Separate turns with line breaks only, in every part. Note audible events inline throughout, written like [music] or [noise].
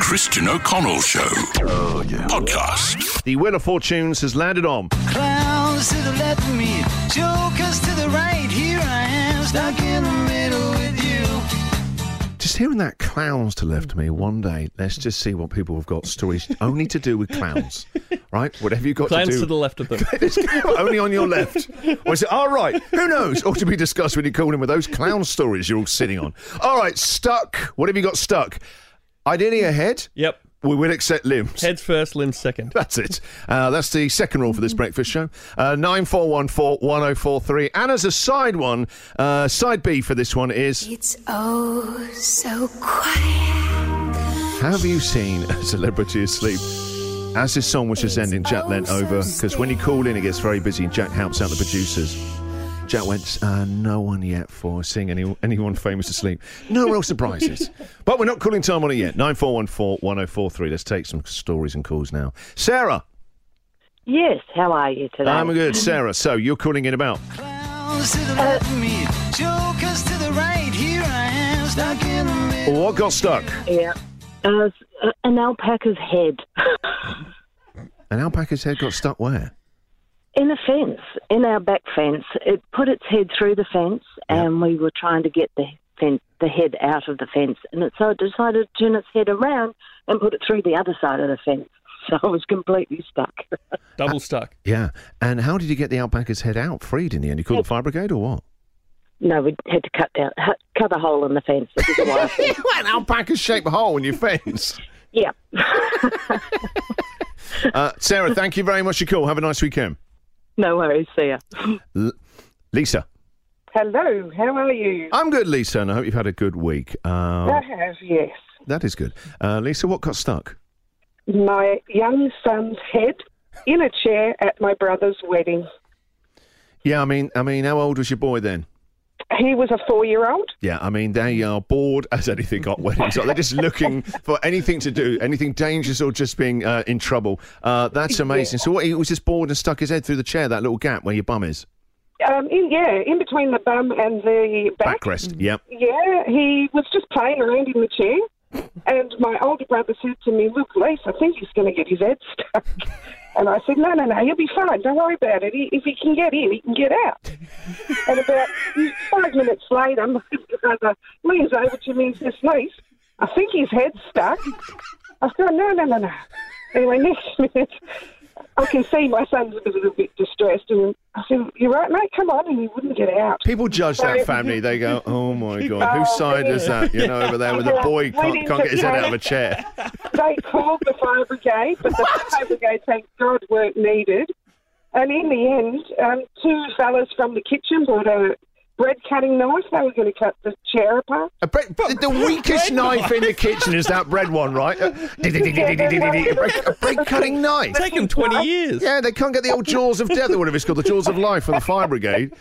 Christian O'Connell Show podcast.
The Wheel of Fortunes has landed on.
Clowns to the left of me, jokers to the right. Here I am, stuck in the middle with you.
Just hearing that clowns to left me one day, let's just see what people have got stories only to do with clowns. Right? Whatever you've got
Clowns
to do.
to the left of them.
[laughs] It's only on your left. Or is it, all right, who knows? Or to be discussed when you call in with those clown stories you're all sitting on. All right, stuck. What have you got stuck? Ideally a head.
Yep.
We will accept limbs.
Heads first, limbs second.
That's it. Uh, that's the second rule for this breakfast show. Uh, 9414 oh And as a side one, uh, side B for this one is
It's oh so quiet.
Have you seen a celebrity asleep? As this song was just ending, Jack leant over because when you call in, it gets very busy. and Jack helps out the producers. Jack went, uh, no one yet for seeing any, anyone famous asleep. No real [laughs] surprises. but we're not calling time on it yet. 9414 1043. Let's take some stories and calls now. Sarah,
Yes, how are you today?
I'm good. Sarah, so you're calling in about.
Clowns to the left of me, jokers to the right. Here I am, stuck in the middle.
What got stuck?
Yeah. Uh, an alpaca's head [laughs]
An alpaca's head got stuck where?
in a fence, in our back fence. It put its head through the fence, and we were trying to get the fence, the head out of the fence, and it, so it decided to turn its head around and put it through the other side of the fence. [laughs] So I was completely stuck.
Double stuck.
Yeah. And how did you get the alpaca's head out? Freed in the end? You called the fire brigade or what?
no, we had to cut down, cut cut a hole in the fence. It was a wire fence.
an alpaca shaped hole in your fence.
Yeah. [laughs]
Uh, Sarah, thank you very much for your call. Have a nice weekend.
No worries. See ya.
Lisa.
Hello, how are you?
I'm good, Lisa, and I hope you've had a good week. Uh,
I have, yes.
that is good. Uh, Lisa, what got stuck?
My young son's head in a chair at my brother's wedding.
Yeah, I mean, I mean, how old was your boy then?
He was a four year old.
Yeah, I mean, they are bored as anything got weddings. They're just looking for anything to do, anything dangerous or just being uh, in trouble. Uh, that's amazing. So what, he was just bored and stuck his head through the chair, that little gap where your bum is.
Um, in, yeah, in between the bum and the back.
Backrest. Yep.
Yeah, he was just playing around in the chair. And my older brother said to me, Look, Lise, I think he's going to get his head stuck. [laughs] And I said, No, no, no, he'll be fine. Don't worry about it. He, if he can get in, he can get out. and about five minutes later, my [laughs] brother leans over to me and says, Lise, I think his head's stuck. I said, No, no, no, no. Anyway, next [laughs] minute, I can see my son's a little bit distressed. And I said, You're right, mate, come on. And he wouldn't get out.
People judge that family. They go, "Oh my god, whose side is that?" You know, over there with a boy can't, can't get his head out of a chair.
they called the fire brigade, but the fire brigade, thank God, weren't needed. And in the end, um, two fellas from the kitchen brought a bread cutting knife. They were going to cut the chair apart.
A bre- the, the weakest knife in the kitchen is that [laughs] bread one, right? A bread- a bread cutting knife.
Take him 20 years.
Yeah, they can't get the old jaws of death or whatever it's called, the jaws of life for the fire brigade.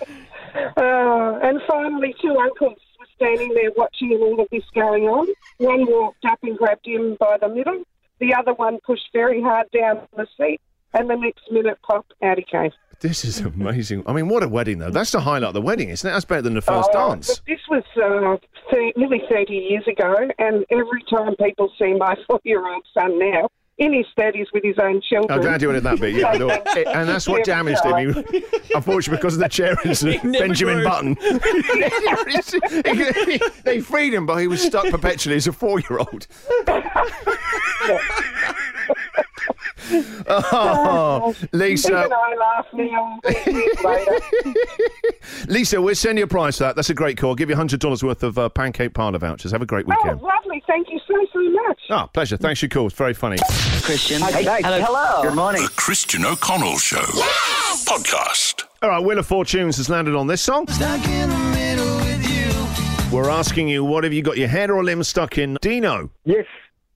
Uh, and finally, two uncles were standing there watching all of this going on. One walked up and grabbed him by the middle. The other one pushed very hard down the seat. And the next minute, pop, out he came.
This is amazing. I mean, what a wedding though. That's the highlight of the wedding, isn't it? That's better than the first
Oh,
dance.
But this was uh, thir nearly 30 years ago, and every time people see my [laughs] four year old son now, in his 30s with his own children.
I'm Oh, glad you wanted that bit, [laughs] yeah. I know. It- And that's what damaged him. He, [laughs] unfortunately, because of the chair [laughs] incident,
He never
Benjamin
grew.
Button. [laughs] He- he- they freed him, but he was stuck perpetually as a four year [laughs] old. oh,
Even
Lisa,
I laugh now, years later.
Lisa, we'll send you a prize for that. That's a great call. I'll give you $100 worth of uh, pancake parlor vouchers. Have a great
Oh,
weekend.
lovely. Thank you so, so much.
Ah, pleasure. Thanks for your call. It's very funny.
The Christian O'Connell Show podcast.
All right, Wheel of Fortunes has landed on this song.
Stuck in the middle with you.
We're asking you, what have you got your head or limb stuck in? Dino.
Yes,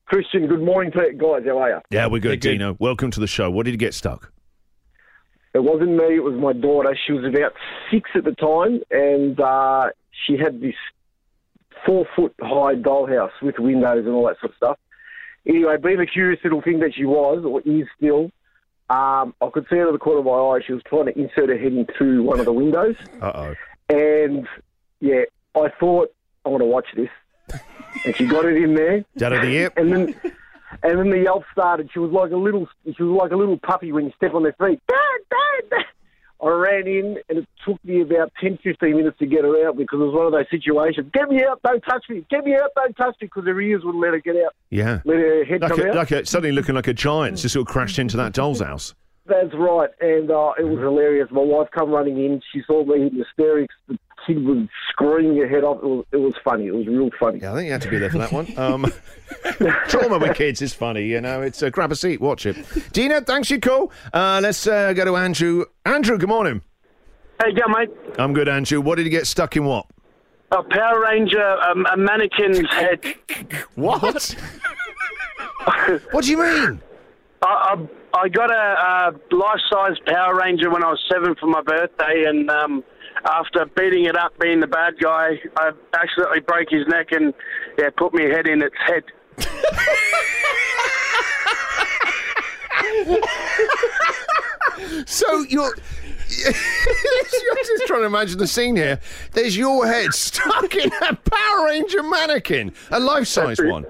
Christian. Good morning, to you guys. How are you?
Yeah, we're good,
They're good.
Dino. Welcome to the show. What did you get stuck?
It wasn't me. It was my daughter. She was about six at the time, and uh, she had this four-foot-high dollhouse with windows and all that sort of stuff. Anyway, being the curious little thing that she was, or is still, um, I could see out of the corner of my eye she was trying to insert her head in through one of the windows.
Uh oh.
And yeah, I thought I want to watch this, and she got it in there. [laughs]
Dad of the year.
And then, And then the yelp started. She was like a little, she was like a little puppy when you step on their feet. Dad, dad, dad. I ran in, and it took me about 10, 15 minutes to get her out because it was one of those situations. Get me out! Don't touch me! Get me out! Don't touch me! Because her ears wouldn't let her get out.
Yeah.
Let her head
Like
come
a,
out.
like a, suddenly looking like a giant, just sort of crashed into that doll's house.
That's right, and uh, it
Mm-hmm.
was hilarious. My wife come running in. She saw me in hysterics. The kid was screaming her head off. It was, it was funny. It was real funny.
Yeah, I think you had to be there for that one. Um, [laughs] trauma with kids is funny, you know. It's uh, grab a seat, watch it. Dina, thanks for your call. Uh, let's uh, go to Andrew. Andrew, good morning.
Hey, yeah, mate.
I'm good, Andrew. What did you get stuck in? What?
A Power Ranger, um, a
[laughs]
mannequin's head.
What? what do you mean?
I, I, I got a, a life-size Power Ranger when I was seven for my birthday, and um, after beating it up, being the bad guy, I accidentally broke his neck and yeah, put my head in its head.
So you're. [laughs] I'm just trying to imagine the scene here. There's your head stuck in a Power Ranger mannequin, a life-size one.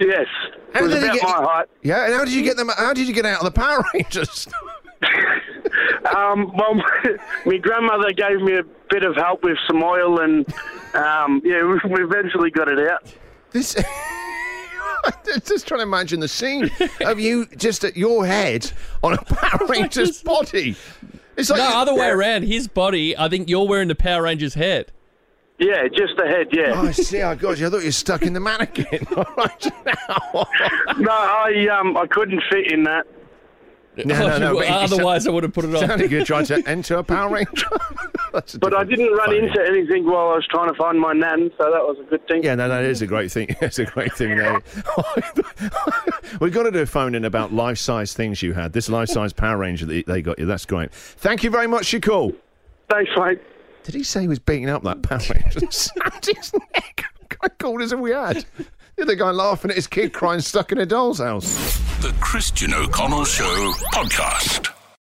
Yes,
How
it was
did he
about
get-
my height.
Yeah, and how did you get them? How did you get out of the Power Rangers? [laughs]
Um, well, [laughs] my grandmother gave me a bit of help with some oil, and um, yeah, [laughs] we we eventually got it out.
This. [laughs] I'm just trying to imagine the scene of you just at your head on a
[laughs]
Power Ranger's body. It's like
No, other way around. His body, I think you're wearing the Power Ranger's head.
Yeah, just the head. Yeah.
Oh, I see. I got you. I thought you were stuck in the mannequin. [laughs] All right, now.
No, I um, I couldn't fit in that.
No,
[laughs]
no, no. but it
Otherwise, I would have put it on.
Sounded good trying to enter a Power Ranger. [laughs] That's a
But I
different-
didn't run
funny.
into anything while I was trying to find my nan, so that was a good thing.
Yeah, no, that is a great thing. [laughs] It's a great thing. There. [laughs] We've got to do a phone in about life-size things you had. This life-size Power Ranger that they got you. That's great. Thank you very much, for your call.
Thanks, mate.
Did he say he was beating up that Power Ranger? [laughs] and Snapped his neck. [laughs] I called as if we had. The other guy laughing at his kid crying stuck in a doll's house.
The Christian O'Connell Show podcast.